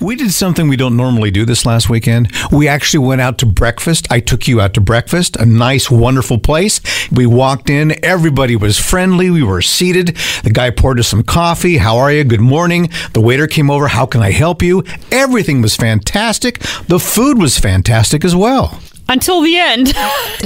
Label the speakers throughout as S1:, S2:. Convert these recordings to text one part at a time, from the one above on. S1: We did something we don't normally do this last weekend. We actually went out to breakfast. I took you out to breakfast, a nice, wonderful place. We walked in, everybody was friendly. We were seated. The guy poured us some coffee. How are you? Good morning. The waiter came over. How can I help you? Everything was fantastic. The food was fantastic as well.
S2: until the end.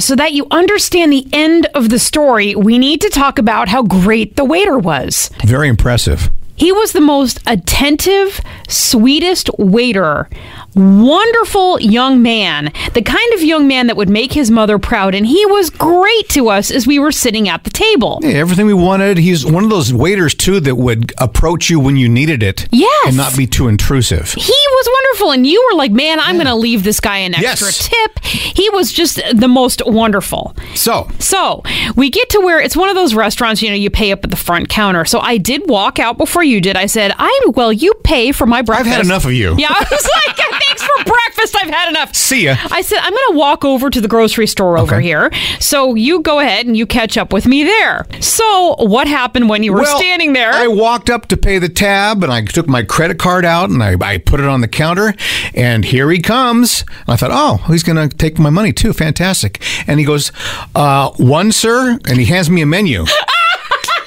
S3: So that you understand the end of the story, we need to talk about how great the waiter was.
S1: Very impressive.
S3: He was the most attentive, sweetest waiter. Wonderful young man, the kind of young man that would make his mother proud. And he was great to us as we were sitting at the table.
S1: Yeah, everything we wanted. He's one of those waiters, too, that would approach you when you needed it.
S3: Yes.
S1: And not be too intrusive.
S3: He was wonderful. And you were like, man, I'm going to leave this guy an extra
S1: Yes.
S3: tip. He was just the most wonderful.
S1: So,
S3: So we get to where it's one of those restaurants, you know, you pay up at the front counter. So I did walk out before you did. I said, I, well, you pay for my breakfast.
S1: had enough of you.
S3: Yeah. I was like, thanks for breakfast. I've had enough.
S1: See ya.
S3: I said, I'm going to walk over to the grocery store over
S1: Okay.
S3: here. So you go ahead and you catch up with me there. So what happened when you were
S1: Well,
S3: standing there?
S1: I walked up to pay the tab and I took my credit card out and I, I put it on the counter and here he comes. And I thought, oh, he's going to take my money too. Fantastic. And he goes, uh, one, sir. And he hands me a menu.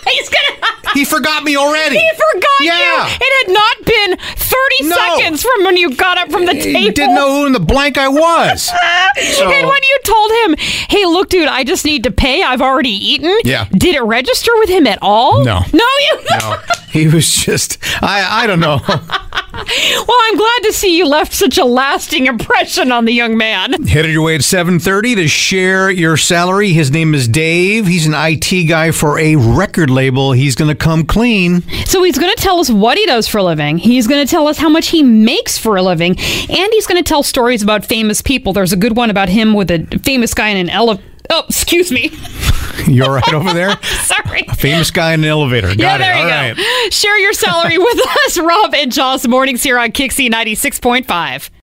S3: He's going to.
S1: he forgot me already.
S3: He forgot
S1: Yeah.
S3: you. It had not been 30
S1: No.
S3: seconds from when you got up from the table.
S1: He didn't know who in the blank I was.
S3: And when you told him, hey, look, dude, I just need to pay. I've already eaten.
S1: Yeah.
S3: Did it register with him at all?
S1: No.
S3: No, you.
S1: No, he was just, I, I don't know.
S3: well, I'm glad to see you left such a lasting impression on the young man.
S1: Headed your way at 7:30 to share your salary. His name is Dave. He's an IT guy for a record label. He's going to come clean.
S3: So he's going to tell us what he does for a living. He's going to tell us how much he makes for a living, and he's going to tell stories about famous people. There's a good one about him with a famous guy in an elevator. Oh, excuse me.
S1: You're right over there.
S3: Sorry.
S1: Famous guy in an elevator. Got
S3: yeah, there
S1: it.
S3: you
S1: All
S3: go.
S1: right.
S3: Share your salary with us, Rob and Joss. Mornings here on Kixie 96.5.